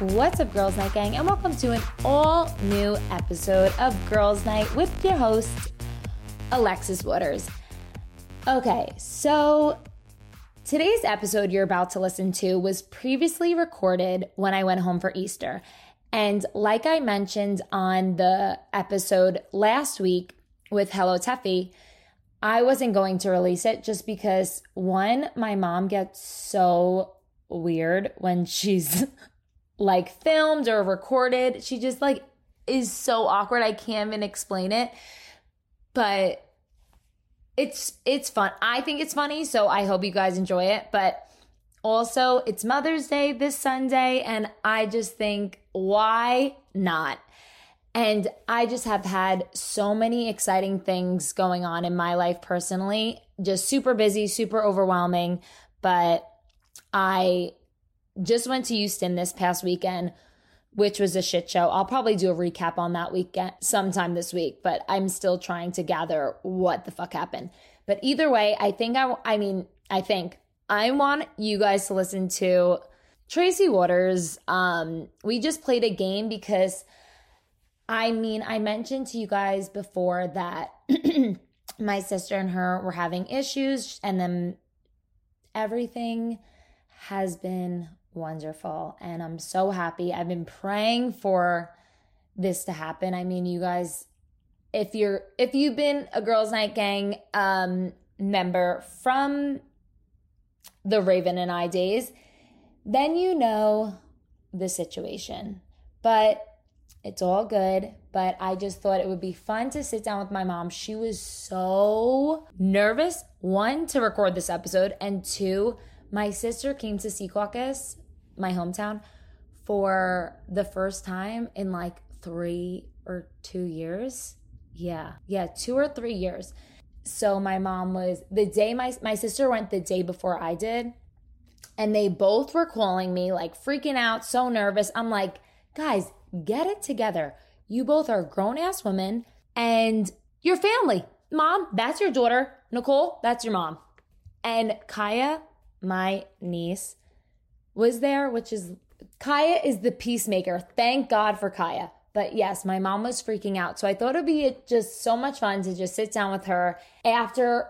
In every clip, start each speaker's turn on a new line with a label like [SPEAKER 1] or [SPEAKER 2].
[SPEAKER 1] What's up, Girls Night Gang, and welcome to an all new episode of Girls Night with your host, Alexis Waters. Okay, so today's episode you're about to listen to was previously recorded when I went home for Easter. And like I mentioned on the episode last week with Hello Teffy, I wasn't going to release it just because one, my mom gets so weird when she's like filmed or recorded. She just like is so awkward. I can't even explain it. But it's it's fun. I think it's funny, so I hope you guys enjoy it. But also, it's Mother's Day this Sunday and I just think why not? And I just have had so many exciting things going on in my life personally. Just super busy, super overwhelming, but I just went to Houston this past weekend, which was a shit show. I'll probably do a recap on that weekend sometime this week, but I'm still trying to gather what the fuck happened. But either way, I think I, I mean, I think I want you guys to listen to Tracy Waters. Um, we just played a game because I mean, I mentioned to you guys before that my sister and her were having issues and then everything has been wonderful and I'm so happy. I've been praying for this to happen. I mean, you guys if you're if you've been a girls night gang um member from the Raven and I days, then you know the situation. But it's all good, but I just thought it would be fun to sit down with my mom. She was so nervous, one, to record this episode, and two, my sister came to Sea Caucus, my hometown, for the first time in like three or two years. Yeah, yeah, two or three years. So my mom was the day my my sister went the day before I did and they both were calling me like freaking out, so nervous. I'm like, guys, get it together. You both are grown ass women and your family. Mom, that's your daughter. Nicole, that's your mom. And Kaya, my niece, was there, which is Kaya is the peacemaker. Thank God for Kaya. But yes, my mom was freaking out. So I thought it'd be just so much fun to just sit down with her after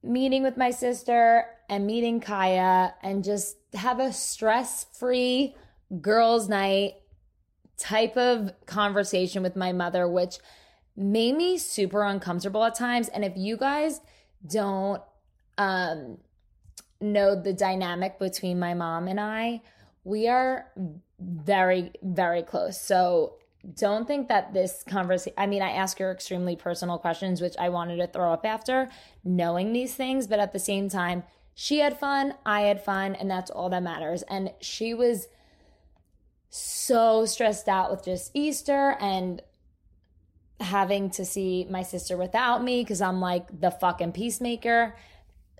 [SPEAKER 1] meeting with my sister and meeting Kaya and just have a stress free girls' night type of conversation with my mother, which made me super uncomfortable at times. And if you guys don't um, know the dynamic between my mom and I, we are very, very close. So don't think that this conversation, I mean, I ask her extremely personal questions, which I wanted to throw up after knowing these things, but at the same time, she had fun, I had fun, and that's all that matters. And she was so stressed out with just Easter and having to see my sister without me because I'm like the fucking peacemaker.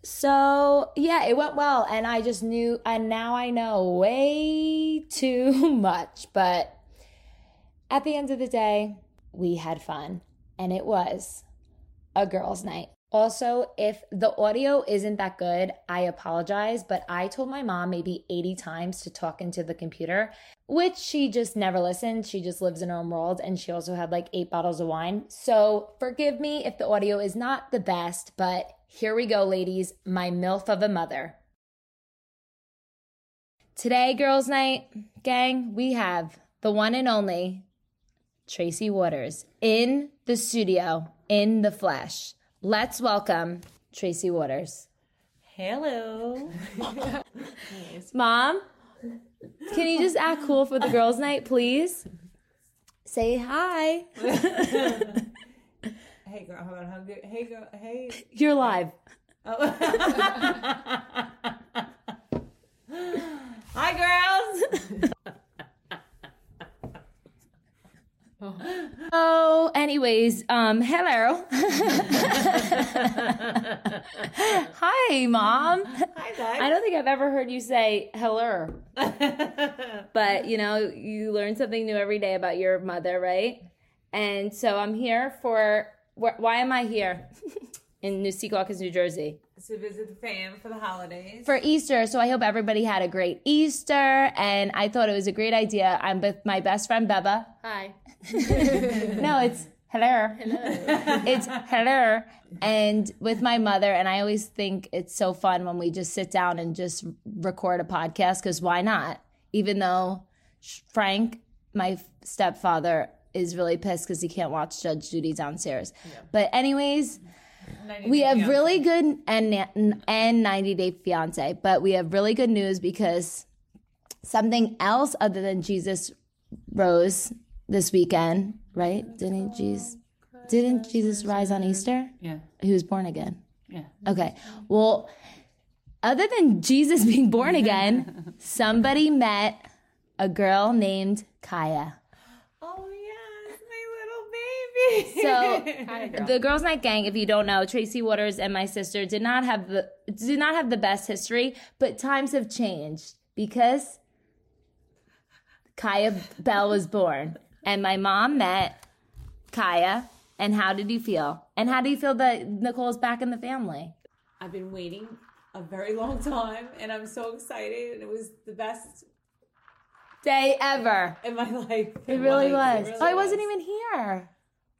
[SPEAKER 1] So yeah, it went well. And I just knew, and now I know way too much. But at the end of the day, we had fun. And it was a girls' night. Also, if the audio isn't that good, I apologize, but I told my mom maybe 80 times to talk into the computer, which she just never listened. She just lives in her own world and she also had like eight bottles of wine. So forgive me if the audio is not the best, but here we go, ladies, my MILF of a mother. Today, girls' night, gang, we have the one and only Tracy Waters in the studio, in the flesh. Let's welcome Tracy Waters.
[SPEAKER 2] Hello.
[SPEAKER 1] Mom, can you just act cool for the girls' night, please? Say hi.
[SPEAKER 2] Hey girl, hold on. How good? Hey girl. Hey.
[SPEAKER 1] You're live.
[SPEAKER 2] Hi girls.
[SPEAKER 1] Oh, anyways, um, hello. hi, Mom.
[SPEAKER 2] Hi
[SPEAKER 1] I
[SPEAKER 2] guys.
[SPEAKER 1] don't think I've ever heard you say hello, but you know, you learn something new every day about your mother, right? And so I'm here for. wh- Why am I here? in New Seacockins, New Jersey
[SPEAKER 3] to visit the fam for the holidays.
[SPEAKER 1] for Easter. So I hope everybody had a great Easter. And I thought it was a great idea. I'm with my best friend, Beba.
[SPEAKER 4] Hi.
[SPEAKER 1] No, it's hello. it's hello. And with my mother. And I always think it's so fun when we just sit down and just record a podcast because why not? Even though Frank, my f- stepfather, is really pissed because he can't watch Judge Judy downstairs. But, anyways, we have really good and and 90 day fiance but we have really good news because something else other than jesus rose this weekend right didn't jesus didn't jesus rise on easter
[SPEAKER 3] Yeah.
[SPEAKER 1] he was born again
[SPEAKER 3] Yeah.
[SPEAKER 1] okay well other than jesus being born again somebody met a girl named kaya
[SPEAKER 3] Oh yes, my little baby.
[SPEAKER 1] So
[SPEAKER 4] Hi, girl.
[SPEAKER 1] the Girls Night Gang, if you don't know, Tracy Waters and my sister did not have the did not have the best history, but times have changed because Kaya Bell was born, and my mom met Kaya. And how did you feel? And how do you feel that Nicole's back in the family?
[SPEAKER 3] I've been waiting a very long time, and I'm so excited. And it was the best
[SPEAKER 1] Day ever.
[SPEAKER 3] in my life.
[SPEAKER 1] It really was.
[SPEAKER 3] It
[SPEAKER 1] oh, I wasn't
[SPEAKER 3] was.
[SPEAKER 1] even here.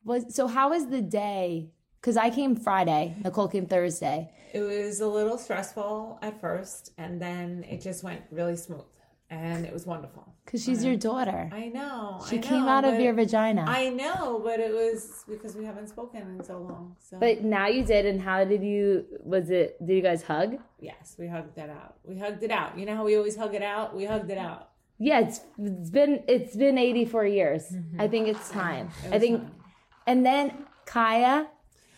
[SPEAKER 1] Was so? How was the day? Because I came Friday. Nicole came Thursday.
[SPEAKER 3] It was a little stressful at first, and then it just went really smooth, and it was wonderful.
[SPEAKER 1] Because she's your daughter.
[SPEAKER 3] Uh-huh. I know.
[SPEAKER 1] She
[SPEAKER 3] I
[SPEAKER 1] came
[SPEAKER 3] know,
[SPEAKER 1] out of
[SPEAKER 3] but-
[SPEAKER 1] your vagina.
[SPEAKER 3] I know, but it was because we haven't spoken in so long. So
[SPEAKER 1] But now you did, and how did you? Was it? Did you guys hug?
[SPEAKER 3] yes, we hugged that out. We hugged it out. You know how we always hug it out? We hugged it out.
[SPEAKER 1] Yeah, it's it's been it's been eighty four years. I think it's Mm-hmm. time. I think, and then Kaya,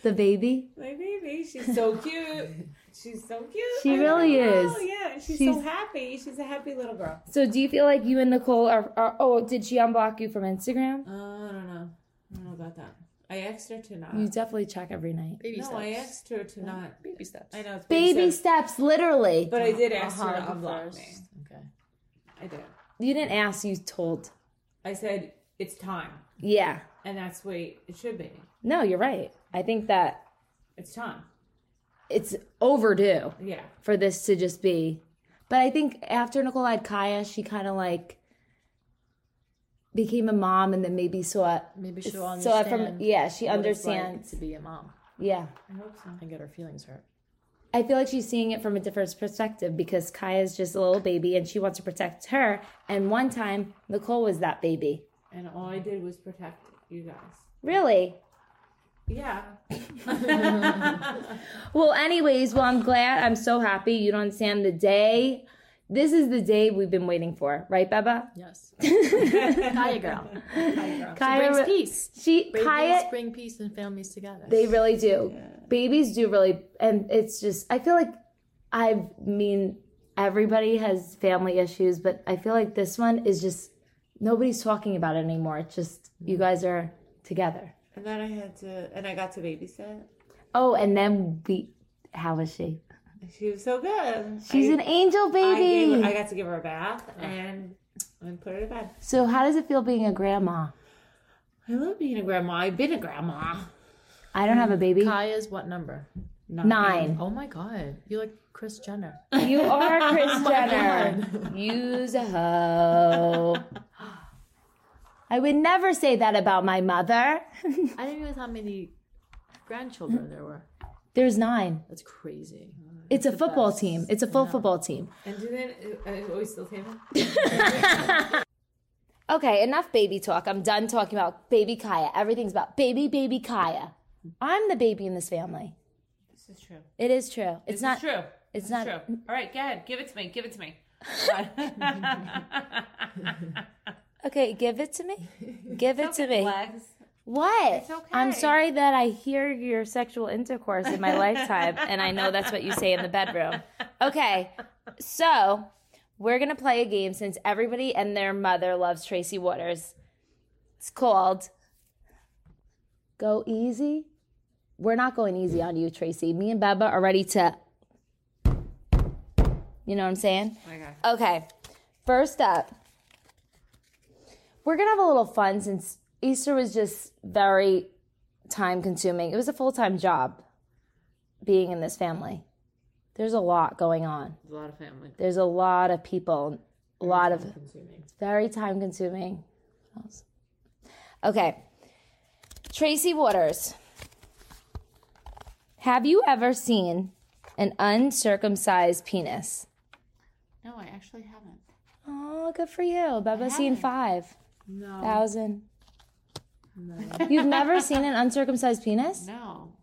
[SPEAKER 1] the baby,
[SPEAKER 3] My baby, she's so cute. She's so cute.
[SPEAKER 1] She
[SPEAKER 3] I
[SPEAKER 1] really
[SPEAKER 3] know. Oh,
[SPEAKER 1] is.
[SPEAKER 3] Yeah, she's, so
[SPEAKER 1] She's-
[SPEAKER 3] happy. She's a happy little girl.
[SPEAKER 1] So do you feel like you and Nicole are? are oh, did she unblock you from Instagram?
[SPEAKER 3] Uh, I don't know. I don't know about that. I asked her to not.
[SPEAKER 1] You definitely check every night.
[SPEAKER 4] Baby
[SPEAKER 3] no,
[SPEAKER 4] steps.
[SPEAKER 3] I asked her to not.
[SPEAKER 4] Baby steps.
[SPEAKER 3] I know it's
[SPEAKER 1] Baby
[SPEAKER 3] steps,
[SPEAKER 1] steps, literally.
[SPEAKER 3] but I did ask her to
[SPEAKER 4] Hug
[SPEAKER 3] unblock
[SPEAKER 4] first.
[SPEAKER 3] me.
[SPEAKER 4] Okay.
[SPEAKER 3] I did.
[SPEAKER 1] you didn't ask. You told.
[SPEAKER 3] I said it's time,
[SPEAKER 1] Yeah.
[SPEAKER 3] and that's the way it should be.
[SPEAKER 1] No, you're right. I think that
[SPEAKER 3] It's time.
[SPEAKER 1] it's overdue.
[SPEAKER 3] Yeah.
[SPEAKER 1] for this to just be. But I think after Nicole had Kaya, she kind of like became a mom, and then maybe saw it.
[SPEAKER 4] Maybe she'll
[SPEAKER 1] saw
[SPEAKER 4] understand.
[SPEAKER 1] it from yeah, she
[SPEAKER 4] what it's like
[SPEAKER 1] understands.
[SPEAKER 4] to be a mom
[SPEAKER 1] Yeah,
[SPEAKER 3] I hope so.
[SPEAKER 4] and get her feelings hurt.
[SPEAKER 1] I feel like she's seeing it from a different perspective because Kaya's just a little baby, and she wants to protect her. And one time, Nicole was that baby.
[SPEAKER 3] And all I did was protect you guys.
[SPEAKER 1] Really?
[SPEAKER 3] Yeah.
[SPEAKER 1] Well, anyways, well, I'm glad. I'm so happy. You don't understand the day. This is the day we've been waiting for, right, Beba?
[SPEAKER 4] Yes. Hiya, girl.
[SPEAKER 1] Kaya,
[SPEAKER 4] Brings peace.
[SPEAKER 1] she
[SPEAKER 4] Babies
[SPEAKER 1] Kaya
[SPEAKER 4] bring peace and families together.
[SPEAKER 1] They really do. Babies do really, and it's just I feel like I mean everybody has family issues, but I feel like this one is just nobody's talking about it anymore. It's just
[SPEAKER 3] Mm-hmm.
[SPEAKER 1] you guys are together.
[SPEAKER 3] And then I had to, and I got to babysit.
[SPEAKER 1] Oh, and then we, how was she?
[SPEAKER 3] She was so good.
[SPEAKER 1] She's
[SPEAKER 3] I,
[SPEAKER 1] an angel
[SPEAKER 3] I,
[SPEAKER 1] baby.
[SPEAKER 3] gave, I got to give her a bath and and put her to bed.
[SPEAKER 1] so how does it feel being a grandma?
[SPEAKER 3] I love being a grandma. I've been a grandma.
[SPEAKER 1] I don't have a baby.
[SPEAKER 3] Mm,
[SPEAKER 4] Kaya's what number?
[SPEAKER 1] Nine.
[SPEAKER 4] Oh my god. You like Chris Jenner.
[SPEAKER 1] You
[SPEAKER 3] Oh
[SPEAKER 1] are Chris Jenner. Use a hoe. I would never say that about my mother.
[SPEAKER 4] I didn't realize how many grandchildren there were.
[SPEAKER 1] There's nine.
[SPEAKER 4] That's crazy.
[SPEAKER 1] It's a football team. It's a full football team.
[SPEAKER 3] And then uh, are we still table?
[SPEAKER 1] Okay, enough baby talk. I'm done talking about baby Kaya. Everything's about baby, baby Kaya. I'm the baby in this family.
[SPEAKER 3] This is true.
[SPEAKER 1] It is true. It's
[SPEAKER 3] This
[SPEAKER 1] not.
[SPEAKER 3] is true. It's
[SPEAKER 1] It's not.
[SPEAKER 3] true. All right, go ahead. Give it to me. Give it to me.
[SPEAKER 1] Okay, give it to me. Give it to me.
[SPEAKER 3] Legs.
[SPEAKER 1] What? I'm
[SPEAKER 3] okay.
[SPEAKER 1] sorry that I hear your sexual intercourse in my lifetime, and I know that's what you say in the bedroom. Okay, so we're gonna play a game since everybody and their mother loves Tracy Waters. It's called Go Easy. We're not going easy on you, Tracy. Me and Baba are ready to. You know what I'm saying?
[SPEAKER 3] Okay.
[SPEAKER 1] Okay, first up, we're gonna have a little fun since Easter was just very time consuming. It was a full time job. being in this family. There's a lot going on.
[SPEAKER 3] There's a lot of family.
[SPEAKER 1] There's a lot of people, a lot of
[SPEAKER 2] Consuming.
[SPEAKER 1] very time consuming. What else? Okay. Tracy Waters. Have you ever seen an uncircumcised penis?
[SPEAKER 3] No, I actually haven't.
[SPEAKER 1] Oh, good for you. Bubba's seen
[SPEAKER 3] haven't.
[SPEAKER 1] five
[SPEAKER 3] No.
[SPEAKER 1] thousand.
[SPEAKER 3] No.
[SPEAKER 1] You've never seen an uncircumcised penis?
[SPEAKER 3] no.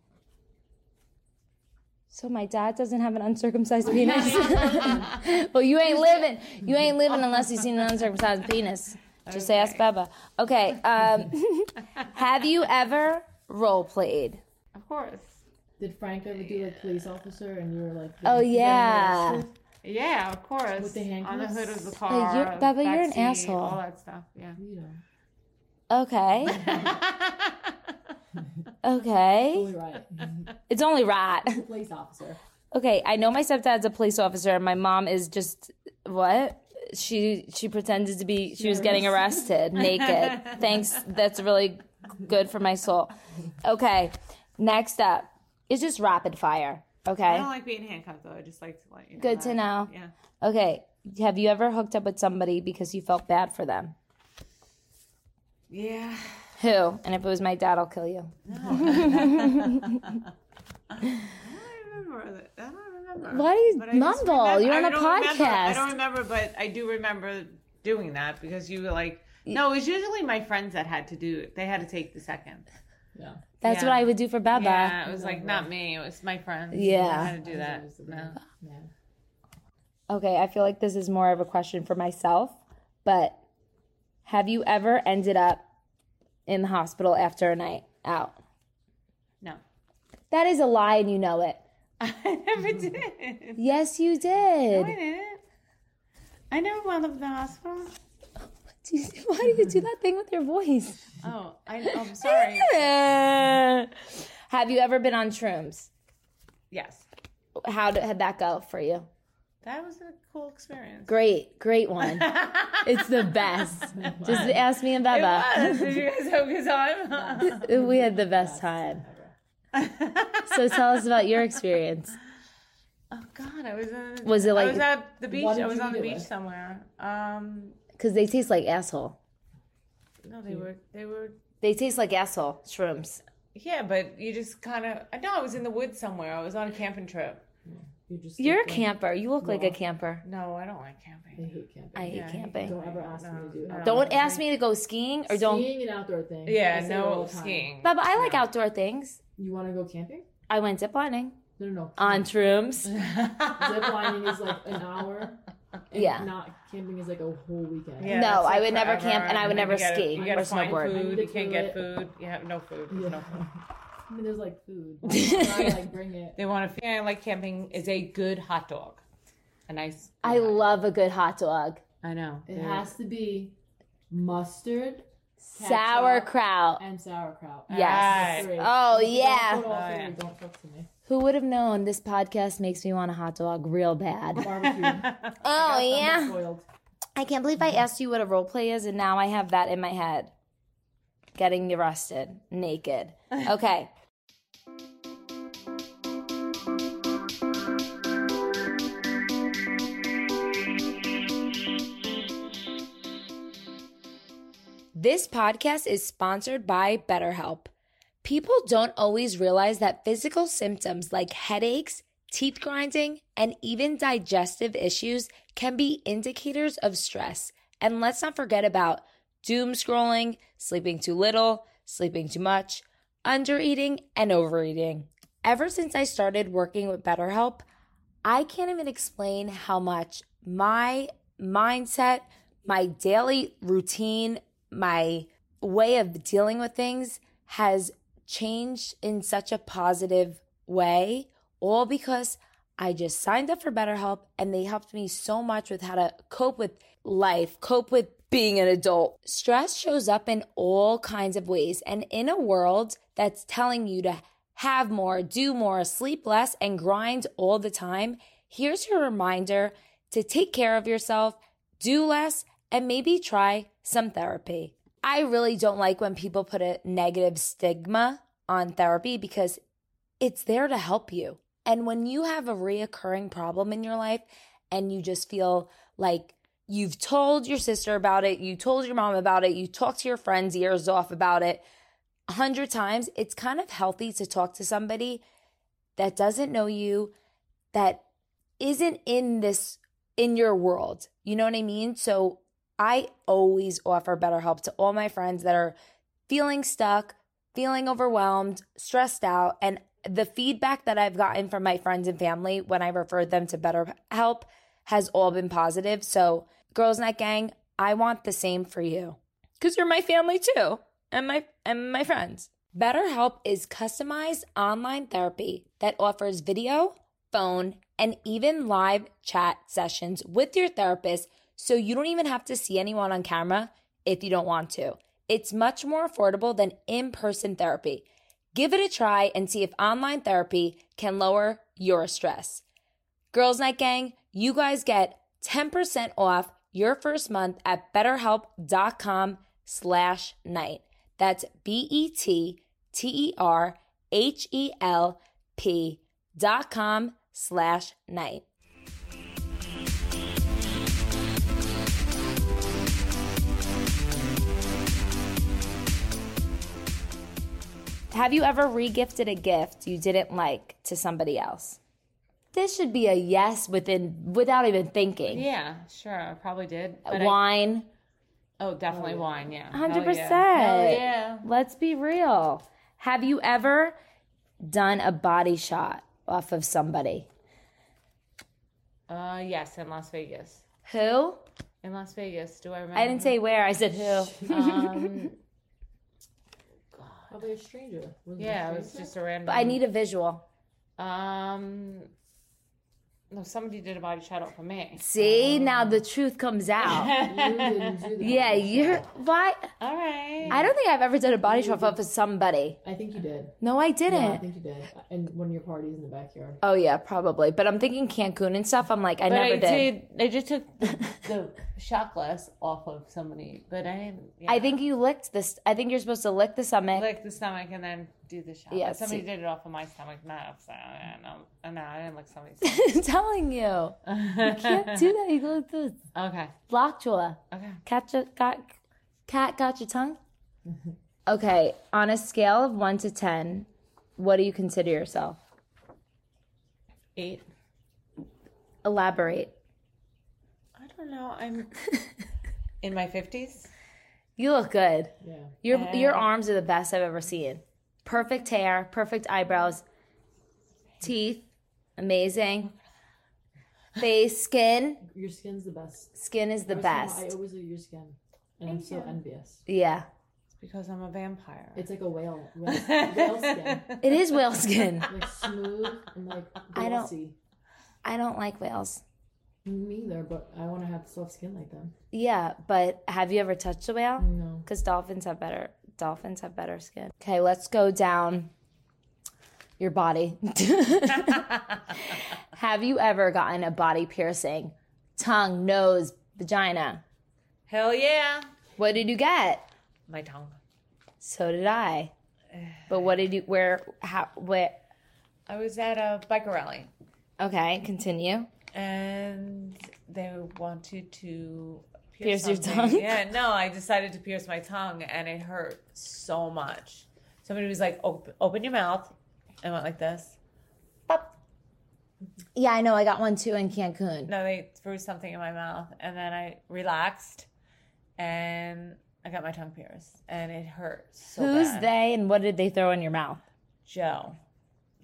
[SPEAKER 1] So my dad doesn't have an uncircumcised penis. well, you ain't living. You ain't living unless you've seen an uncircumcised penis. Just ask Bubba. Okay. Um, have you ever role played?
[SPEAKER 3] Of course.
[SPEAKER 4] Did Frank ever do a police officer and you were like,
[SPEAKER 1] Oh
[SPEAKER 4] you got
[SPEAKER 1] yeah.
[SPEAKER 4] arrested?
[SPEAKER 3] Yeah, of course.
[SPEAKER 4] With the
[SPEAKER 3] On the hood
[SPEAKER 4] handcuffs?
[SPEAKER 3] of the car.
[SPEAKER 1] you're- Bubba,
[SPEAKER 3] back
[SPEAKER 1] you're an
[SPEAKER 3] seat,
[SPEAKER 1] asshole.
[SPEAKER 3] All that stuff. Yeah.
[SPEAKER 4] You know,
[SPEAKER 1] Okay.
[SPEAKER 4] fully
[SPEAKER 1] Okay.
[SPEAKER 4] right.
[SPEAKER 1] It's only right.
[SPEAKER 4] police officer.
[SPEAKER 1] Okay. I know my stepdad's a police officer. and My mom is just what? She she pretended to be. She was getting arrested naked. Thanks. That's really good for my soul. Okay. Next up is just rapid fire.
[SPEAKER 3] I
[SPEAKER 1] Okay.
[SPEAKER 3] don't like being handcuffed though. I just like to let you know.
[SPEAKER 1] Good to
[SPEAKER 3] that.
[SPEAKER 1] know.
[SPEAKER 3] Yeah.
[SPEAKER 1] Okay. Have you ever hooked up with somebody because you felt bad for them?
[SPEAKER 3] Yeah.
[SPEAKER 1] Who? And if it was my dad, I'll kill you.
[SPEAKER 3] I don't remember. that- I don't remember.
[SPEAKER 1] Why do you
[SPEAKER 3] But I just
[SPEAKER 1] mumble?
[SPEAKER 3] remember-
[SPEAKER 1] You're
[SPEAKER 3] I
[SPEAKER 1] on a
[SPEAKER 3] don't remember- I
[SPEAKER 1] podcast.
[SPEAKER 3] don't remember, but I do remember doing that because you were like, no, it was usually my friends that had to do it. They had to take the second.
[SPEAKER 4] Yeah.
[SPEAKER 1] That's
[SPEAKER 3] Yeah.
[SPEAKER 1] what I would do for Baba.
[SPEAKER 3] Yeah, it was like not me. It was my friends.
[SPEAKER 1] Yeah.
[SPEAKER 3] I had to do that. No.
[SPEAKER 4] Yeah.
[SPEAKER 1] Okay, I feel like this is more of a question for myself, but have you ever ended up in the hospital after a night out?
[SPEAKER 3] No.
[SPEAKER 1] That is a lie and you know it.
[SPEAKER 3] I never did.
[SPEAKER 1] Yes, you
[SPEAKER 3] I
[SPEAKER 1] Mm-hmm. did.
[SPEAKER 3] didn't. I never wound up in the hospital.
[SPEAKER 1] Do you- Why do you do that thing with your voice?
[SPEAKER 3] Oh, I, I'm sorry.
[SPEAKER 1] have you ever been on shrooms?
[SPEAKER 3] yes.
[SPEAKER 1] How did how'd that go for you?
[SPEAKER 3] That was a cool experience.
[SPEAKER 1] Great, great one. it's the best. Just ask me and
[SPEAKER 3] It
[SPEAKER 1] Baba.
[SPEAKER 3] was. Did you guys have a good time?
[SPEAKER 1] We had the best time. So tell us about your experience.
[SPEAKER 3] oh God, I was in.
[SPEAKER 1] Was it
[SPEAKER 3] I
[SPEAKER 1] like-
[SPEAKER 3] was at the beach.
[SPEAKER 4] What did
[SPEAKER 3] I was
[SPEAKER 4] you
[SPEAKER 3] on the
[SPEAKER 4] do
[SPEAKER 3] beach
[SPEAKER 4] with?
[SPEAKER 3] somewhere. Um,
[SPEAKER 1] Because they taste like asshole.
[SPEAKER 3] no, they were. They were.
[SPEAKER 1] They taste like asshole shrooms.
[SPEAKER 3] Yeah, but you just kind of. I know I was in the woods somewhere. I was on a camping trip.
[SPEAKER 4] You just
[SPEAKER 1] You're a
[SPEAKER 4] like,
[SPEAKER 1] camper. You look like a camper.
[SPEAKER 3] No, I don't like
[SPEAKER 4] I
[SPEAKER 3] camping.
[SPEAKER 4] hate camping.
[SPEAKER 1] I hate
[SPEAKER 3] Yeah.
[SPEAKER 1] camping.
[SPEAKER 4] Don't ever ask me to do
[SPEAKER 3] No,
[SPEAKER 4] outdoor-
[SPEAKER 1] Don't ask me to go skiing or don't.
[SPEAKER 4] Skiing and outdoor things. I
[SPEAKER 3] Yeah,
[SPEAKER 4] say it all
[SPEAKER 3] no
[SPEAKER 4] the time.
[SPEAKER 3] skiing.
[SPEAKER 1] But I like outdoor things.
[SPEAKER 4] You want to go camping?
[SPEAKER 1] I went ziplining
[SPEAKER 4] No, no, no.
[SPEAKER 1] on shrooms.
[SPEAKER 4] Zip lining is like an hour. and
[SPEAKER 1] Yeah.
[SPEAKER 4] Not camping is like a whole weekend.
[SPEAKER 3] Yeah,
[SPEAKER 1] No,
[SPEAKER 3] that's
[SPEAKER 1] I
[SPEAKER 3] like
[SPEAKER 1] would never camp and I would
[SPEAKER 3] you
[SPEAKER 1] never
[SPEAKER 3] gotta-
[SPEAKER 1] ski
[SPEAKER 3] You gotta
[SPEAKER 1] or
[SPEAKER 3] find
[SPEAKER 1] snowboard.
[SPEAKER 3] food.
[SPEAKER 4] The
[SPEAKER 3] You can't get
[SPEAKER 4] toilet.
[SPEAKER 3] food. You have no food. There's no food.
[SPEAKER 4] I mean, there's like food. I like bring it.
[SPEAKER 3] They want to. I like camping. Is a good hot dog. A nice.
[SPEAKER 1] I love a good hot dog.
[SPEAKER 3] I know.
[SPEAKER 4] It
[SPEAKER 3] They're-
[SPEAKER 4] has to be mustard
[SPEAKER 1] Sauerkraut.
[SPEAKER 4] and sauerkraut.
[SPEAKER 1] Yes.
[SPEAKER 4] Three.
[SPEAKER 1] Oh,
[SPEAKER 4] Don't put
[SPEAKER 1] yeah.
[SPEAKER 3] Oh,
[SPEAKER 4] all three.
[SPEAKER 3] yeah.
[SPEAKER 4] Don't fuck to me.
[SPEAKER 1] Who would have known this podcast makes me want a hot dog real bad?
[SPEAKER 4] Barbecue.
[SPEAKER 1] Oh, yeah.
[SPEAKER 4] Soiled.
[SPEAKER 1] I can't believe I asked you what a role play is, and now I have that in my head. Getting arrested, naked. Okay. this podcast is sponsored by BetterHelp. People don't always realize that physical symptoms like headaches, teeth grinding, and even digestive issues can be indicators of stress. And let's not forget about doom scrolling, sleeping too little, sleeping too much, undereating, and overeating. Ever since I started working with BetterHelp, I can't even explain how much my mindset, my daily routine, my way of dealing with things has changed in such a positive way, all because I just signed up for BetterHelp and they helped me so much with how to cope with life, cope with being an adult. Stress shows up in all kinds of ways, and in a world that's telling you to have more, do more, sleep less, and grind all the time, here's your reminder to take care of yourself, do less, and maybe try some therapy. I really don't like when people put a negative stigma on therapy because it's there to help you. And when you have a reoccurring problem in your life and you just feel like you've told your sister about it, you told your mom about it, you talked to your friends ears off about it a hundred times, it's kind of healthy to talk to somebody that doesn't know you, that isn't in this in your world. You know what I mean? So I always offer BetterHelp to all my friends that are feeling stuck, feeling overwhelmed, stressed out. And the feedback that I've gotten from my friends and family when I referred them to BetterHelp has all been positive. So, Girls Night Gang, I want the same for you because you're my family too and my, and my friends. BetterHelp is customized online therapy that offers video, phone, and even live chat sessions with your therapist so you don't even have to see anyone on camera if you don't want to. It's much more affordable than in person therapy. Give it a try and see if online therapy can lower your stress. Girls Night Gang, you guys get 10% off your first month at betterhelp.com slash night. That's E B-E-T-T-E-R-H-E-L-P E dot com slash night. Have you ever regifted a gift you didn't like to somebody else? This should be a yes within without even thinking.
[SPEAKER 3] Yeah, sure. I probably did. but I-
[SPEAKER 1] Wine,
[SPEAKER 3] oh, definitely wine. Yeah. Hell
[SPEAKER 1] hundred percent.
[SPEAKER 3] yeah. Hell yeah.
[SPEAKER 1] Let's be real. Have you ever done a body shot off of somebody?
[SPEAKER 3] Uh, yes, in Las Vegas.
[SPEAKER 1] Who?
[SPEAKER 3] In Las Vegas, do I remember?
[SPEAKER 1] I didn't say where. I said who.
[SPEAKER 3] Um,
[SPEAKER 4] Probably a stranger. Was it a
[SPEAKER 3] yeah, it was
[SPEAKER 4] stranger?
[SPEAKER 3] just a random.
[SPEAKER 1] I need a visual.
[SPEAKER 3] Um, no, somebody did a body shot off of me.
[SPEAKER 1] See, now the truth comes out.
[SPEAKER 4] You didn't do that.
[SPEAKER 1] yeah, you're why?
[SPEAKER 3] All right.
[SPEAKER 1] I don't think I've ever done a body shot off of somebody.
[SPEAKER 4] I think you did.
[SPEAKER 1] No, I didn't.
[SPEAKER 4] Yeah, I think you did. And one of your parties in the backyard.
[SPEAKER 1] Oh yeah, probably. But I'm thinking Cancun and stuff. I'm like, I
[SPEAKER 3] but
[SPEAKER 1] never
[SPEAKER 3] I
[SPEAKER 1] did.
[SPEAKER 3] I just took the shot glass off of somebody, but I didn't. Yeah.
[SPEAKER 1] I think you licked this. I think you're supposed to lick the summit.
[SPEAKER 3] lick the stomach and then do the shot.
[SPEAKER 1] Yeah,
[SPEAKER 3] Yeah, somebody
[SPEAKER 1] see.
[SPEAKER 3] did it off of my stomach, not off. So, yeah, no, no, I didn't lick somebody's.
[SPEAKER 1] I'm telling you, you can't do that. You go like this.
[SPEAKER 3] okay,
[SPEAKER 1] Lockjaw.
[SPEAKER 3] okay.
[SPEAKER 1] Cat ju- got cat got your tongue.
[SPEAKER 3] Mm-hmm.
[SPEAKER 1] Okay, on a scale of one to ten, what do you consider yourself?
[SPEAKER 3] Eight.
[SPEAKER 1] Elaborate.
[SPEAKER 3] I don't know. I'm in my fifties.
[SPEAKER 1] You look good.
[SPEAKER 4] Yeah.
[SPEAKER 1] Your your arms are the best I've ever seen. Perfect hair, perfect eyebrows, teeth, amazing. Face, skin,
[SPEAKER 4] Your skin's the best.
[SPEAKER 1] skin is the
[SPEAKER 4] Every time I
[SPEAKER 1] best.
[SPEAKER 4] always look at your skin. And I'm so envious.
[SPEAKER 1] Yeah,
[SPEAKER 3] It's because I'm a vampire.
[SPEAKER 4] It's like a whale. Whale, whale skin.
[SPEAKER 1] it is whale skin.
[SPEAKER 4] Like smooth and like
[SPEAKER 1] I don't-
[SPEAKER 4] glossy.
[SPEAKER 1] I don't like whales.
[SPEAKER 4] Me either, but I want to have soft skin like them.
[SPEAKER 1] Yeah, but have you ever touched a whale?
[SPEAKER 4] No.
[SPEAKER 1] Because dolphins have better dolphins have better skin. Okay, let's go down your body. have you ever gotten a body piercing? Tongue, nose, vagina.
[SPEAKER 3] Hell yeah,
[SPEAKER 1] What did you get?
[SPEAKER 3] my tongue.
[SPEAKER 1] So did I. But what did you where how where
[SPEAKER 3] I was at a biker rally.
[SPEAKER 1] okay, continue.
[SPEAKER 3] and they wanted to
[SPEAKER 1] Pierce your
[SPEAKER 3] something.
[SPEAKER 1] tongue?
[SPEAKER 3] Yeah, no, I decided to pierce my tongue, and it hurt so much. Somebody was like, "Open, open your mouth," and went like this. Pop.
[SPEAKER 1] Yeah, I know I got one too in Cancun.
[SPEAKER 3] No, they threw something in my mouth, and then I relaxed, and I got my tongue pierced, and it hurt so
[SPEAKER 1] Who's
[SPEAKER 3] bad.
[SPEAKER 1] they and what did they throw in your mouth?
[SPEAKER 3] Joe.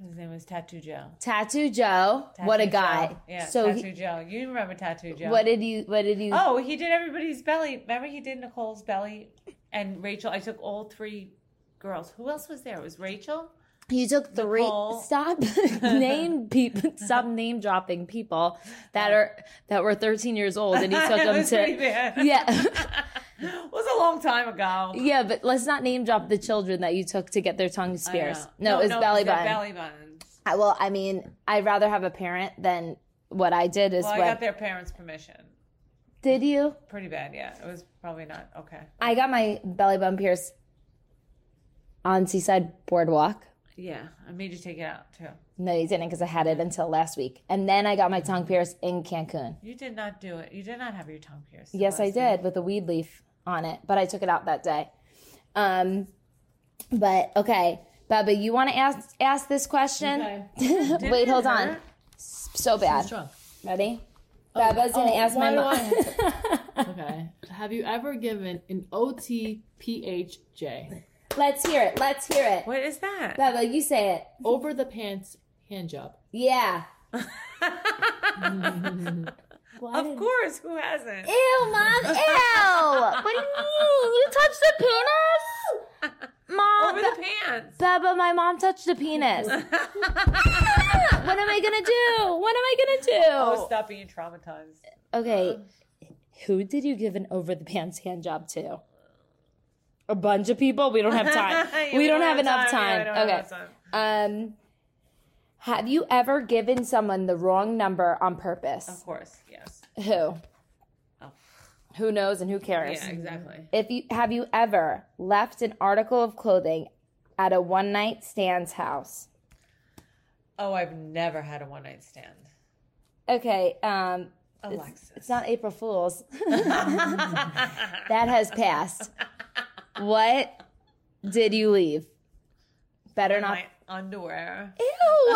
[SPEAKER 3] His name was Tattoo Joe.
[SPEAKER 1] Tattoo Joe. what a
[SPEAKER 3] Tattoo Joe.
[SPEAKER 1] guy.
[SPEAKER 3] Yeah,
[SPEAKER 1] so
[SPEAKER 3] Tattoo
[SPEAKER 1] he-
[SPEAKER 3] Joe. You remember Tattoo Joe?
[SPEAKER 1] what did you what did you
[SPEAKER 3] Oh, he did everybody's belly. Remember, he did Nicole's belly and Rachel. I took all three girls. Who else was there? It was Rachel.
[SPEAKER 1] You took three.
[SPEAKER 3] Nicole.
[SPEAKER 1] Stop name people. Stop name dropping people that are that were 13 years old, and he took
[SPEAKER 3] It
[SPEAKER 1] them
[SPEAKER 3] was pretty
[SPEAKER 1] to.
[SPEAKER 3] bad.
[SPEAKER 1] Yeah,
[SPEAKER 3] it was a long time ago.
[SPEAKER 1] yeah, but let's not name drop the children that you took to get their tongues
[SPEAKER 3] I know.
[SPEAKER 1] pierced. No, it's belly
[SPEAKER 3] their
[SPEAKER 1] button.
[SPEAKER 3] Belly buttons.
[SPEAKER 1] I- well, I mean, I'd rather have a parent than what I did. Is
[SPEAKER 3] Well, I
[SPEAKER 1] what
[SPEAKER 3] got their parents' permission.
[SPEAKER 1] did you?
[SPEAKER 3] Pretty bad, yeah. It was probably not okay.
[SPEAKER 1] I got my belly button pierced on Seaside Boardwalk.
[SPEAKER 3] Yeah, I made you take it out too.
[SPEAKER 1] No, you didn't because I had it until last week. And then I got my tongue pierced in Cancun.
[SPEAKER 3] You did not do it. You did not have your tongue pierced.
[SPEAKER 1] Yes, I
[SPEAKER 3] last
[SPEAKER 1] did with a weed leaf on it, but I took it out that day. Um, but okay, Bubba, you want to ask ask this question?
[SPEAKER 4] Okay.
[SPEAKER 1] Wait,
[SPEAKER 3] it
[SPEAKER 1] hold on.
[SPEAKER 3] hurt?
[SPEAKER 1] S- So bad.
[SPEAKER 4] Drunk.
[SPEAKER 1] Ready? Baba's gonna
[SPEAKER 4] oh,
[SPEAKER 1] ask my
[SPEAKER 4] why do I
[SPEAKER 1] mom.
[SPEAKER 4] have Okay. Have you ever given an OTPHJ
[SPEAKER 1] Let's hear it. Let's hear it.
[SPEAKER 3] What is that?
[SPEAKER 1] Bubba, you say it.
[SPEAKER 4] over the pants hand job?
[SPEAKER 1] Yeah. Why
[SPEAKER 3] of
[SPEAKER 1] did-
[SPEAKER 3] course, who hasn't?
[SPEAKER 1] Ew, mom. Ew. what do you mean? You touched the penis? Mom,
[SPEAKER 3] Over
[SPEAKER 1] Ba-
[SPEAKER 3] the pants.
[SPEAKER 1] Bubba, my mom touched the penis. Ah, what am I gonna do? What am I gonna do?
[SPEAKER 3] Oh, stop being traumatized.
[SPEAKER 1] Okay, who did you give an over the pants hand job to? A bunch of people. We don't have time.
[SPEAKER 3] Yeah,
[SPEAKER 1] we, don't have enough
[SPEAKER 3] Yeah, we
[SPEAKER 1] time.
[SPEAKER 3] don't have
[SPEAKER 1] okay.
[SPEAKER 3] enough time.
[SPEAKER 1] Um, have you ever given someone the wrong number on
[SPEAKER 3] Of
[SPEAKER 1] purpose?
[SPEAKER 3] course, yes.
[SPEAKER 1] Who?
[SPEAKER 3] Oh.
[SPEAKER 1] Who knows and who cares?
[SPEAKER 3] Yeah, exactly.
[SPEAKER 1] If you have you ever left an article of clothing at a one night stand's house?
[SPEAKER 3] Oh, I've never had a one night stand.
[SPEAKER 1] Okay, um,
[SPEAKER 3] Alexis.
[SPEAKER 1] it's not April Fools. that has passed. What did you leave? Better not.
[SPEAKER 3] my underwear.
[SPEAKER 1] Ew!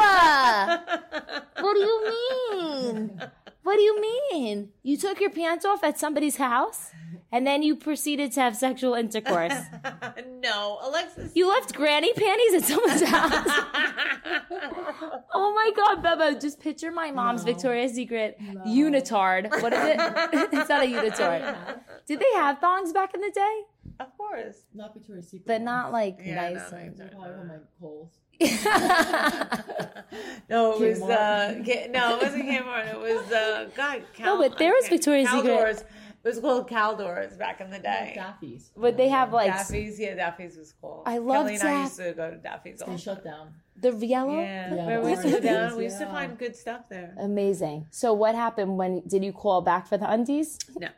[SPEAKER 1] what do you mean? What do you mean? You took your pants off at somebody's house and then you proceeded to have sexual intercourse.
[SPEAKER 3] no, Alexis.
[SPEAKER 1] You left granny panties at someone's house. oh my god, Bebo, just picture my mom's Victoria's Secret unitard. What is it? it's not a unitard. Did they have thongs back in the day?
[SPEAKER 3] of course.
[SPEAKER 4] Not Victoria's Secret.
[SPEAKER 1] But not like
[SPEAKER 3] Yeah,
[SPEAKER 1] nice.
[SPEAKER 3] no,
[SPEAKER 1] and-
[SPEAKER 4] They're Probably one of my goals.
[SPEAKER 3] No, it was
[SPEAKER 4] Kmart.
[SPEAKER 3] uh, K- no, it wasn't Kmart. It was uh, God. Cal-
[SPEAKER 1] but there was
[SPEAKER 3] okay,
[SPEAKER 1] Victoria's Secret.
[SPEAKER 3] Caldors. It was called Caldors back in the day.
[SPEAKER 4] Daffy's.
[SPEAKER 1] Would they have like
[SPEAKER 3] Daffy's, yeah, Daffy's was cool.
[SPEAKER 1] I love
[SPEAKER 3] Kelly and I
[SPEAKER 1] Daff-
[SPEAKER 3] used to go to Daffy's. All
[SPEAKER 4] They
[SPEAKER 3] the time.
[SPEAKER 4] shut down.
[SPEAKER 1] the yellow?
[SPEAKER 3] Yeah,
[SPEAKER 4] Yeah,
[SPEAKER 3] Where we used to go
[SPEAKER 4] oranges,
[SPEAKER 3] down. We used to
[SPEAKER 4] yeah.
[SPEAKER 3] find good stuff there.
[SPEAKER 1] Amazing. So what happened when did you call back for the undies?
[SPEAKER 3] No.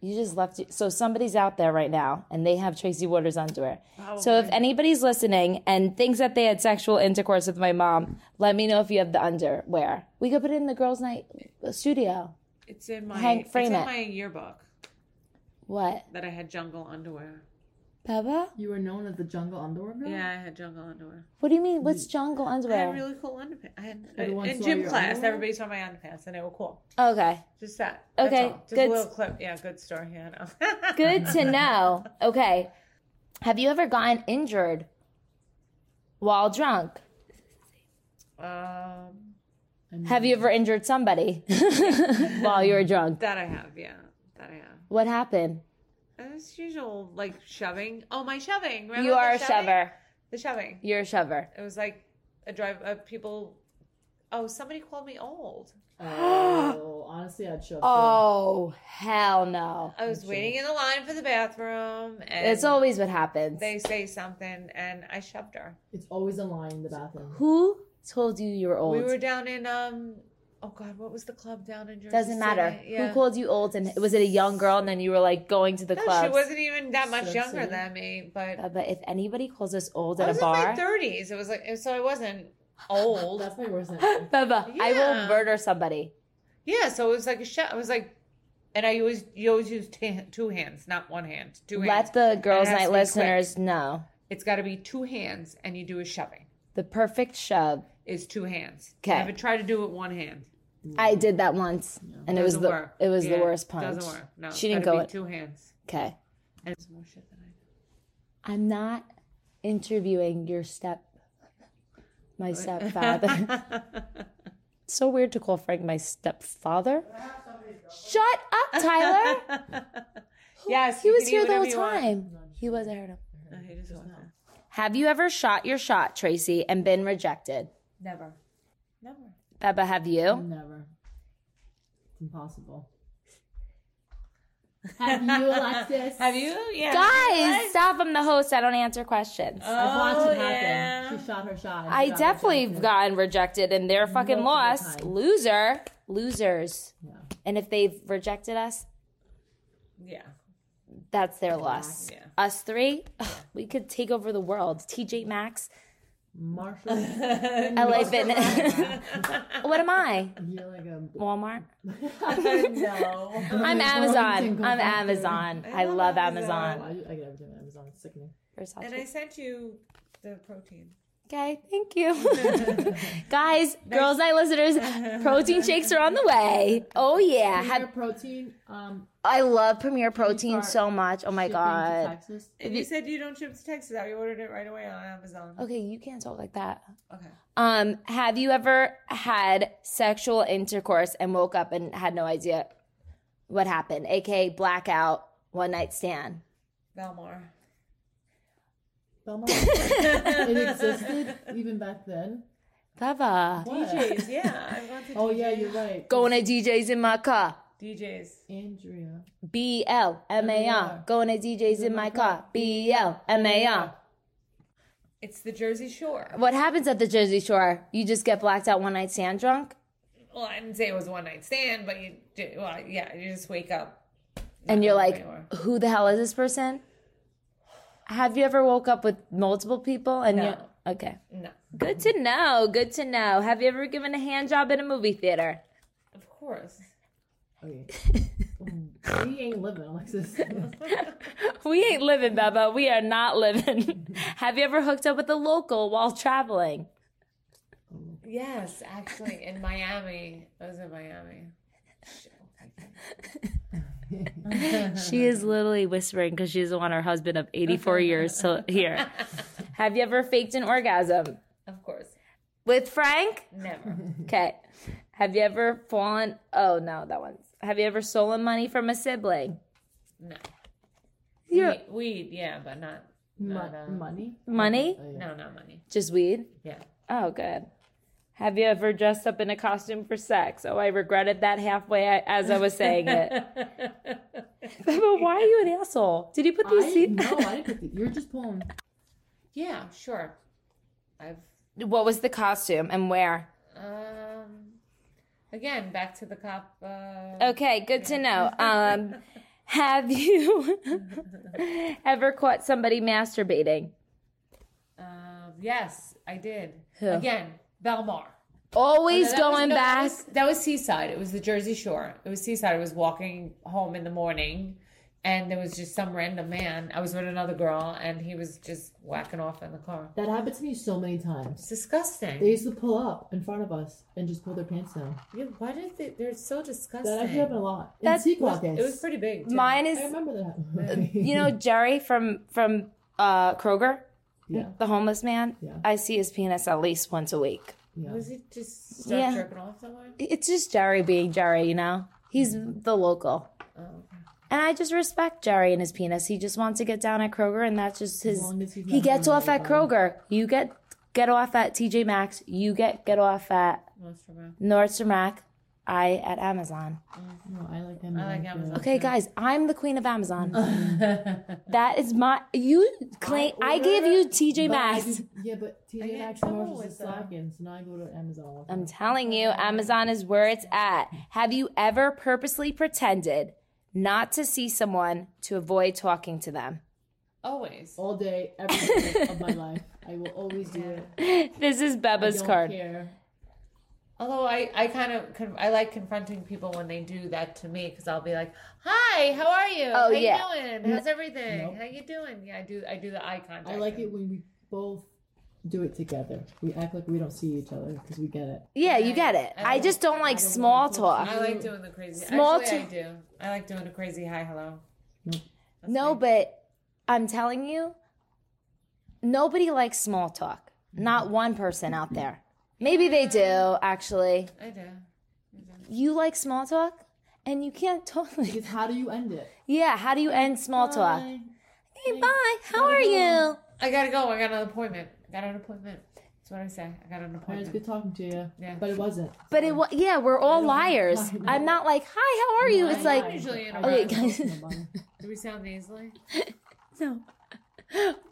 [SPEAKER 1] You just left. It. So somebody's out there right now, and they have Tracy Waters underwear. So if
[SPEAKER 3] Probably.
[SPEAKER 1] anybody's listening and thinks that they had sexual intercourse with my mom, let me know if you have the underwear. We could put it in the girls' night uh, studio.
[SPEAKER 3] It's in my
[SPEAKER 1] Hank, frame
[SPEAKER 3] it's in
[SPEAKER 1] it.
[SPEAKER 3] my yearbook
[SPEAKER 1] What,
[SPEAKER 3] that I had jungle underwear.
[SPEAKER 1] Baba?
[SPEAKER 4] You were known as the jungle underwear girl?
[SPEAKER 3] Yeah, I had jungle underwear.
[SPEAKER 1] What do you mean? What's jungle
[SPEAKER 3] Mm. I had
[SPEAKER 1] underwear?
[SPEAKER 3] really cool underpants. I had
[SPEAKER 4] Everyone
[SPEAKER 3] in
[SPEAKER 4] saw
[SPEAKER 3] gym
[SPEAKER 4] your
[SPEAKER 3] class.
[SPEAKER 4] underwear?
[SPEAKER 3] Everybody saw my underpants, and they were cool.
[SPEAKER 1] Okay,
[SPEAKER 3] Just that.
[SPEAKER 1] Okay,
[SPEAKER 3] That's all. Just
[SPEAKER 1] good.
[SPEAKER 3] a little clip. Yeah, good story. Yeah, I know.
[SPEAKER 1] good to know. Okay, have you ever gotten injured while drunk?
[SPEAKER 3] um,
[SPEAKER 1] Have you ever injured somebody while you were drunk?
[SPEAKER 3] that I have. Yeah, that I have.
[SPEAKER 1] What happened?
[SPEAKER 3] As usual, like shoving. Oh, my shoving. Remember
[SPEAKER 1] you
[SPEAKER 3] the
[SPEAKER 1] are a
[SPEAKER 3] shoving?
[SPEAKER 1] shover.
[SPEAKER 3] The shoving.
[SPEAKER 1] You're a shover.
[SPEAKER 3] It was like a drive of people. Oh, somebody called me old.
[SPEAKER 4] Oh, honestly, I'd shove.
[SPEAKER 1] Oh hell no!
[SPEAKER 3] I was waiting in the line for the bathroom, and
[SPEAKER 1] It's always what happens.
[SPEAKER 3] they say something, and I shoved her.
[SPEAKER 4] too. It's always a line in the bathroom.
[SPEAKER 1] Who told you you were old?
[SPEAKER 3] We were down in um. Oh God, what was the club down in Jersey?
[SPEAKER 1] Doesn't matter.
[SPEAKER 3] City? Yeah.
[SPEAKER 1] Who called you old? And was it a young girl? And then you were like going to the
[SPEAKER 3] No,
[SPEAKER 1] club.
[SPEAKER 3] she wasn't even that much
[SPEAKER 4] Surf
[SPEAKER 3] younger
[SPEAKER 4] City.
[SPEAKER 3] than me, but
[SPEAKER 1] Uh, But if anybody calls us old
[SPEAKER 3] I
[SPEAKER 1] at a
[SPEAKER 3] was in my
[SPEAKER 1] bar,
[SPEAKER 3] thirties. It was like so I wasn't old.
[SPEAKER 4] That's my worst nightmare.
[SPEAKER 1] Bubba, I will
[SPEAKER 3] Yeah.
[SPEAKER 1] murder somebody.
[SPEAKER 3] yeah, so it was like a shot. I was like, and I always you always use ta- two hands, not one hand. Two hands.
[SPEAKER 1] Let the girls'
[SPEAKER 3] has
[SPEAKER 1] night
[SPEAKER 3] to be quick.
[SPEAKER 1] listeners know
[SPEAKER 3] It's got to be two hands, and you do a shoving.
[SPEAKER 1] the perfect shove.
[SPEAKER 3] Is two hands.
[SPEAKER 1] 'Kay.
[SPEAKER 3] Never try to do it one hand.
[SPEAKER 1] I did that once, and it was
[SPEAKER 3] Doesn't
[SPEAKER 1] the
[SPEAKER 3] work.
[SPEAKER 1] it was
[SPEAKER 3] Yeah,
[SPEAKER 1] the worst punch.
[SPEAKER 3] Doesn't work. No,
[SPEAKER 1] she didn't
[SPEAKER 3] gotta
[SPEAKER 1] go.
[SPEAKER 3] Be two hands.
[SPEAKER 1] okay.
[SPEAKER 3] And some more shit than I.
[SPEAKER 1] I'm not interviewing your step, my stepfather. so weird to call Frank my stepfather. Shut up, Tyler.
[SPEAKER 3] Yes,
[SPEAKER 1] He
[SPEAKER 3] you
[SPEAKER 1] was
[SPEAKER 3] can
[SPEAKER 1] here
[SPEAKER 3] eat
[SPEAKER 1] the whole
[SPEAKER 3] whatever you want.
[SPEAKER 1] time. He was. I heard him.
[SPEAKER 3] No, he just walked in.
[SPEAKER 1] Have you ever shot your shot, Tracy, and been rejected?
[SPEAKER 3] Never. Never.
[SPEAKER 1] Beba, have you?
[SPEAKER 4] Never. It's impossible. Have you, Alexis?
[SPEAKER 3] Have you? Yeah.
[SPEAKER 1] Guys, stop! I'm the host. I don't answer questions.
[SPEAKER 4] I've watched
[SPEAKER 3] Oh,
[SPEAKER 4] it happen.
[SPEAKER 3] yeah.
[SPEAKER 4] She shot her shot. and
[SPEAKER 1] I
[SPEAKER 4] shot her
[SPEAKER 1] definitely
[SPEAKER 4] shot.
[SPEAKER 1] have gotten rejected, and they're fucking
[SPEAKER 4] Multiple
[SPEAKER 1] lost.
[SPEAKER 4] times.
[SPEAKER 1] Loser, losers.
[SPEAKER 4] Yeah.
[SPEAKER 1] And if they've rejected us,
[SPEAKER 3] Yeah.
[SPEAKER 1] That's their loss.
[SPEAKER 3] Yeah.
[SPEAKER 1] Us three, ugh, we could take over the world. TJ Maxx,
[SPEAKER 4] Marshall.
[SPEAKER 1] LA Fitness. what am I?
[SPEAKER 4] You're like a.
[SPEAKER 1] Walmart?
[SPEAKER 3] no.
[SPEAKER 1] I'm Amazon.
[SPEAKER 4] Go
[SPEAKER 1] I'm
[SPEAKER 4] back.
[SPEAKER 1] Amazon. I love Amazon.
[SPEAKER 4] I, I get everything on Amazon. It's sickening.
[SPEAKER 3] And
[SPEAKER 1] Versace.
[SPEAKER 3] I sent you the protein.
[SPEAKER 1] Okay, thank you. Guys, girls night listeners, protein shakes are on the way. Oh yeah.
[SPEAKER 4] Have
[SPEAKER 1] Have-
[SPEAKER 4] protein. Um,
[SPEAKER 1] I love Premier Protein
[SPEAKER 4] Are
[SPEAKER 1] so much. Oh my
[SPEAKER 4] shipping to
[SPEAKER 1] god.
[SPEAKER 4] Texas.
[SPEAKER 3] And you said you don't ship to Texas. I ordered it right away on Amazon.
[SPEAKER 1] Okay, you can't talk like that.
[SPEAKER 3] Okay.
[SPEAKER 1] Um, have you ever had sexual intercourse and woke up and had no idea what happened? AKA blackout, one night stand.
[SPEAKER 3] Valmar.
[SPEAKER 4] Belmont. it existed even back then.
[SPEAKER 1] Baba.
[SPEAKER 4] What?
[SPEAKER 3] DJs, yeah. I'm going to
[SPEAKER 4] Oh yeah, you're right.
[SPEAKER 1] Going to DJs in my car.
[SPEAKER 3] DJs.
[SPEAKER 4] Andrea.
[SPEAKER 1] B L M A R. Going to DJs in my car. B L M A R.
[SPEAKER 3] It's the Jersey Shore.
[SPEAKER 1] What happens at the Jersey Shore? You just get blacked out one night stand drunk
[SPEAKER 3] Well, I didn't say it was a one night stand, but you do, well, yeah, you just wake up.
[SPEAKER 1] and you're like,
[SPEAKER 3] Anywhere.
[SPEAKER 1] who the hell is this person? Have you ever woke up with multiple people and
[SPEAKER 3] No.
[SPEAKER 1] you're okay.
[SPEAKER 3] No.
[SPEAKER 1] Good to know. Good to know. Have you ever given a hand job in a movie theater?
[SPEAKER 3] Of course.
[SPEAKER 4] Okay. we ain't living, Alexis.
[SPEAKER 1] We ain't living, Baba. We are not living. Have you ever hooked up with a local while traveling?
[SPEAKER 3] Yes, actually, in Miami. I was in Miami.
[SPEAKER 1] She is literally whispering because she doesn't want her husband of 84 years to hear. Have you ever faked an orgasm
[SPEAKER 3] Of course.
[SPEAKER 1] with Frank?
[SPEAKER 3] Never.
[SPEAKER 1] Okay. Have you ever fallen? Oh no, that one's. Have you ever stolen money from a sibling?
[SPEAKER 3] No.
[SPEAKER 1] You're,
[SPEAKER 3] Weed, weed, yeah, but not,
[SPEAKER 4] Mo-
[SPEAKER 3] not uh,
[SPEAKER 4] money. Oh,
[SPEAKER 1] money?
[SPEAKER 3] no, not money.
[SPEAKER 1] Just weed?
[SPEAKER 3] Yeah.
[SPEAKER 1] Oh, good. Have you ever dressed up in a costume for sex? Oh, I regretted that halfway I- as I was saying it. but why are you an asshole? Did you put these?
[SPEAKER 4] I,
[SPEAKER 1] seed-
[SPEAKER 4] no, I didn't put the, You're just pulling.
[SPEAKER 3] yeah, sure. I've
[SPEAKER 1] what was the costume and where?
[SPEAKER 3] um again back to the cop uh
[SPEAKER 1] Okay, good to know. Um, have you ever caught somebody masturbating?
[SPEAKER 3] um, yes, I did.
[SPEAKER 1] Who?
[SPEAKER 3] Again, Belmar.
[SPEAKER 1] Always
[SPEAKER 3] Oh, No, that was-
[SPEAKER 1] going
[SPEAKER 3] no, That
[SPEAKER 1] back.
[SPEAKER 3] was, that was Seaside. It was the Jersey Shore. It was Seaside. I was walking home in the morning and there was just some random man. I was with another girl and he was just whacking off in the car.
[SPEAKER 4] That happened to me so many times.
[SPEAKER 3] It's disgusting.
[SPEAKER 4] They used to pull up in front of us and just pull their pants down.
[SPEAKER 3] yeah, why did they they're so disgusting?
[SPEAKER 4] That actually happened a lot. In
[SPEAKER 1] That's-
[SPEAKER 4] Sequoia,
[SPEAKER 3] It was um, pretty big. too.
[SPEAKER 1] Mine
[SPEAKER 4] I
[SPEAKER 1] is,
[SPEAKER 4] remember that. happened.
[SPEAKER 1] you know, Jerry from from uh, Kroger,
[SPEAKER 4] Yeah.
[SPEAKER 1] the homeless man.
[SPEAKER 4] Yeah.
[SPEAKER 1] I see his penis at least once a week.
[SPEAKER 4] yeah.
[SPEAKER 3] was it just start
[SPEAKER 1] Yeah.
[SPEAKER 3] jerking off somewhere?
[SPEAKER 1] it's just Jerry being Jerry, you know? He's the local.
[SPEAKER 3] Oh.
[SPEAKER 1] And I just respect Jerry and his penis. He just wants to get down at Kroger, and that's just his.
[SPEAKER 4] long as he's
[SPEAKER 1] He
[SPEAKER 4] not
[SPEAKER 1] gets
[SPEAKER 4] hurting
[SPEAKER 1] off at Kroger. You get get off at TJ Maxx. You get get off at
[SPEAKER 3] Monster
[SPEAKER 1] Nordstrom Rack. I at Amazon.
[SPEAKER 4] No, oh, I like uh, them.
[SPEAKER 3] I like Amazon.
[SPEAKER 1] Okay, guys, I'm the queen of Amazon. that is my. You claim. I, gave you TJ
[SPEAKER 4] But I
[SPEAKER 1] Maxx.
[SPEAKER 4] do- yeah, but
[SPEAKER 3] I
[SPEAKER 4] TJ
[SPEAKER 3] get
[SPEAKER 4] Maxx
[SPEAKER 3] in
[SPEAKER 4] and
[SPEAKER 3] trouble
[SPEAKER 4] Marshalls
[SPEAKER 3] with Um,
[SPEAKER 4] is
[SPEAKER 3] them.
[SPEAKER 4] slacking, so now I go to Amazon.
[SPEAKER 1] I'm telling you, Amazon is where it's at. Have you ever purposely pretended not to see someone to avoid talking to them?
[SPEAKER 3] Always.
[SPEAKER 4] All day, every day of my life, I will always do it. I
[SPEAKER 1] This is Beba's
[SPEAKER 4] don't
[SPEAKER 1] card.
[SPEAKER 4] care.
[SPEAKER 3] Although I, I kind of, con- I like confronting people when they do that to me because I'll be like, "Hi, how are you?
[SPEAKER 1] Oh,
[SPEAKER 3] how
[SPEAKER 1] yeah.
[SPEAKER 3] you doing? How's everything?
[SPEAKER 4] Nope.
[SPEAKER 3] How you doing?" Yeah, I do. I do the eye contact.
[SPEAKER 4] I like it when we both do it together. We act like we don't see each other because we get it.
[SPEAKER 1] Yeah, you get it. I, just don't like small talk.
[SPEAKER 3] I like doing the crazy.
[SPEAKER 1] Small
[SPEAKER 3] Actually,
[SPEAKER 1] t-
[SPEAKER 3] I do. I like doing the crazy hi hello.
[SPEAKER 1] No, but I'm telling you, nobody likes small talk. Not one person out there. Maybe they do, actually.
[SPEAKER 3] I do.
[SPEAKER 1] You like small talk? And you can't talk.
[SPEAKER 4] Because how do you end it?
[SPEAKER 1] yeah, how do you end small talk?
[SPEAKER 4] Bye.
[SPEAKER 1] Hey, bye. How are you?
[SPEAKER 3] I gotta go. I got an appointment. I got an appointment. That's what I say. I got an
[SPEAKER 4] All right, it's
[SPEAKER 3] appointment.
[SPEAKER 4] good talking to you.
[SPEAKER 3] Yeah.
[SPEAKER 4] But it wasn't.
[SPEAKER 1] But it was, yeah, we're all liars. I'm not like, hi, how are you? It's
[SPEAKER 3] I'm
[SPEAKER 1] like,
[SPEAKER 3] usually in a
[SPEAKER 1] okay,
[SPEAKER 3] rush.
[SPEAKER 1] guys,
[SPEAKER 3] Do we sound nasally?
[SPEAKER 1] no.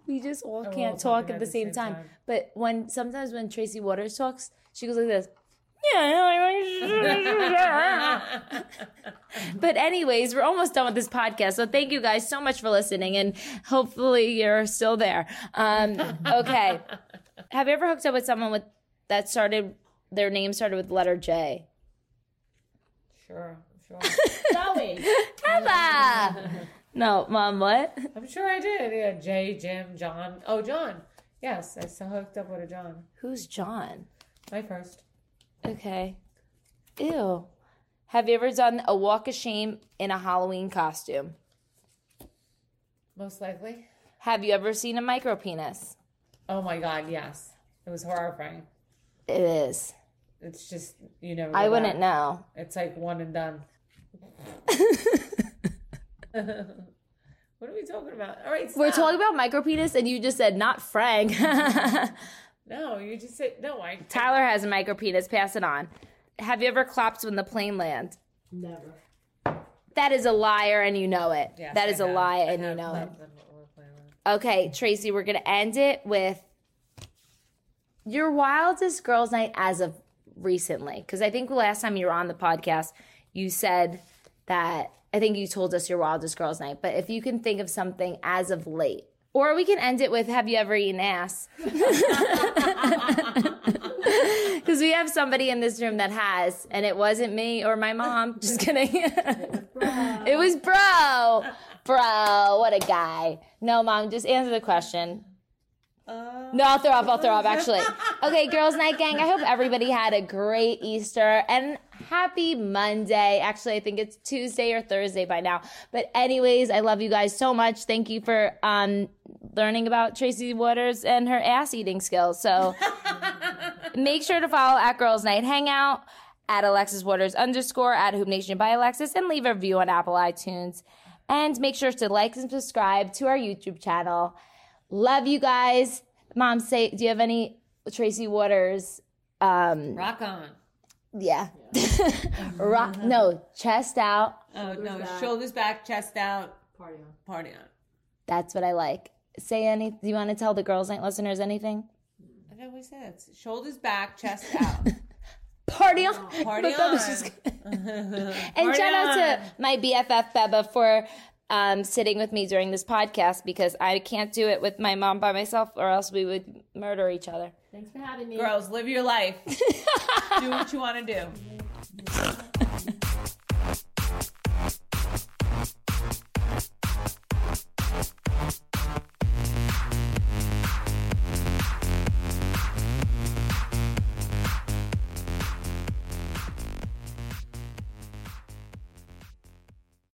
[SPEAKER 1] We just all
[SPEAKER 3] we're
[SPEAKER 1] can't
[SPEAKER 3] all
[SPEAKER 1] talk
[SPEAKER 3] talking
[SPEAKER 1] at the same, time. But when sometimes when Tracy Waters talks, she goes like this. Yeah. but anyways, we're almost done with this podcast. So thank you guys so much for listening and hopefully you're still there. Um okay. Have you ever hooked up with someone with that started their name started with letter J?
[SPEAKER 3] Sure, sure.
[SPEAKER 4] Zoe.
[SPEAKER 1] Bella. no, mom, what?
[SPEAKER 3] I'm sure I did. Yeah, Jay, Jim, John. Oh, John. Yes, I still hooked up with a John.
[SPEAKER 1] Who's John?
[SPEAKER 3] My first.
[SPEAKER 1] Okay. Ew. Have you ever done a walk of shame in a Halloween costume?
[SPEAKER 3] Most likely.
[SPEAKER 1] Have you ever seen a micro penis?
[SPEAKER 3] Oh my God, yes. It was horrifying.
[SPEAKER 1] It is.
[SPEAKER 3] It's just, you never.
[SPEAKER 1] I
[SPEAKER 3] go
[SPEAKER 1] wouldn't
[SPEAKER 3] back.
[SPEAKER 1] know.
[SPEAKER 3] It's like one and done. what are we talking about? All right,
[SPEAKER 1] We're
[SPEAKER 3] stop.
[SPEAKER 1] talking about micro penis, and you just said not Frank.
[SPEAKER 3] No, you just said no. I
[SPEAKER 1] Tyler has a micro penis. Pass it on. Have you ever clapped when the plane lands?
[SPEAKER 4] Never.
[SPEAKER 1] That is a liar, and you know it.
[SPEAKER 3] Yes,
[SPEAKER 1] that
[SPEAKER 3] I
[SPEAKER 1] is a
[SPEAKER 3] have.
[SPEAKER 1] lie,
[SPEAKER 3] I
[SPEAKER 1] and you
[SPEAKER 3] have
[SPEAKER 1] know it.
[SPEAKER 3] loved them when we were playing with them.
[SPEAKER 1] Okay, Tracy, we're gonna end it with your wildest girls' night as of recently, because I think the last time you were on the podcast, you said that I think you told us your wildest girls' night. But if you can think of something as of late, or we can end it with Have you ever eaten ass? Because we have somebody in this room that has, and it wasn't me or my mom. Just kidding. it was bro. Bro, what a guy. No, mom, just answer the question. No, I'll throw up. I'll throw up, actually. Okay, girls' night gang. I hope everybody had a great Easter and happy Monday. Actually, I think it's Tuesday or Thursday by now. But, anyways, I love you guys so much. Thank you for um, learning about Tracy Waters and her ass eating skills. So, make sure to follow at Girls Night Hangout, at Alexis Waters underscore, at Hoop Nation by Alexis, and leave a review on Apple iTunes. And make sure to like and subscribe to our YouTube channel. Love you guys. Mom, say, do you have any Tracy Waters? Um,
[SPEAKER 3] Rock on.
[SPEAKER 1] yeah. Rock, no, chest out.
[SPEAKER 3] Oh no, shoulders back, chest out,
[SPEAKER 4] Party on.
[SPEAKER 3] party on.
[SPEAKER 1] That's what I like. Say any, do you want to tell the Girls Night listeners anything?
[SPEAKER 3] I know we said it's shoulders back, chest out,
[SPEAKER 1] Party on.
[SPEAKER 3] party
[SPEAKER 1] But that
[SPEAKER 3] on.
[SPEAKER 1] was just- And shout out to my BFF Beba for um, sitting with me during this podcast because I can't do it with my mom by myself or else we would murder each other.
[SPEAKER 4] Thanks for having me.
[SPEAKER 3] Girls, live your life. do what you want to do.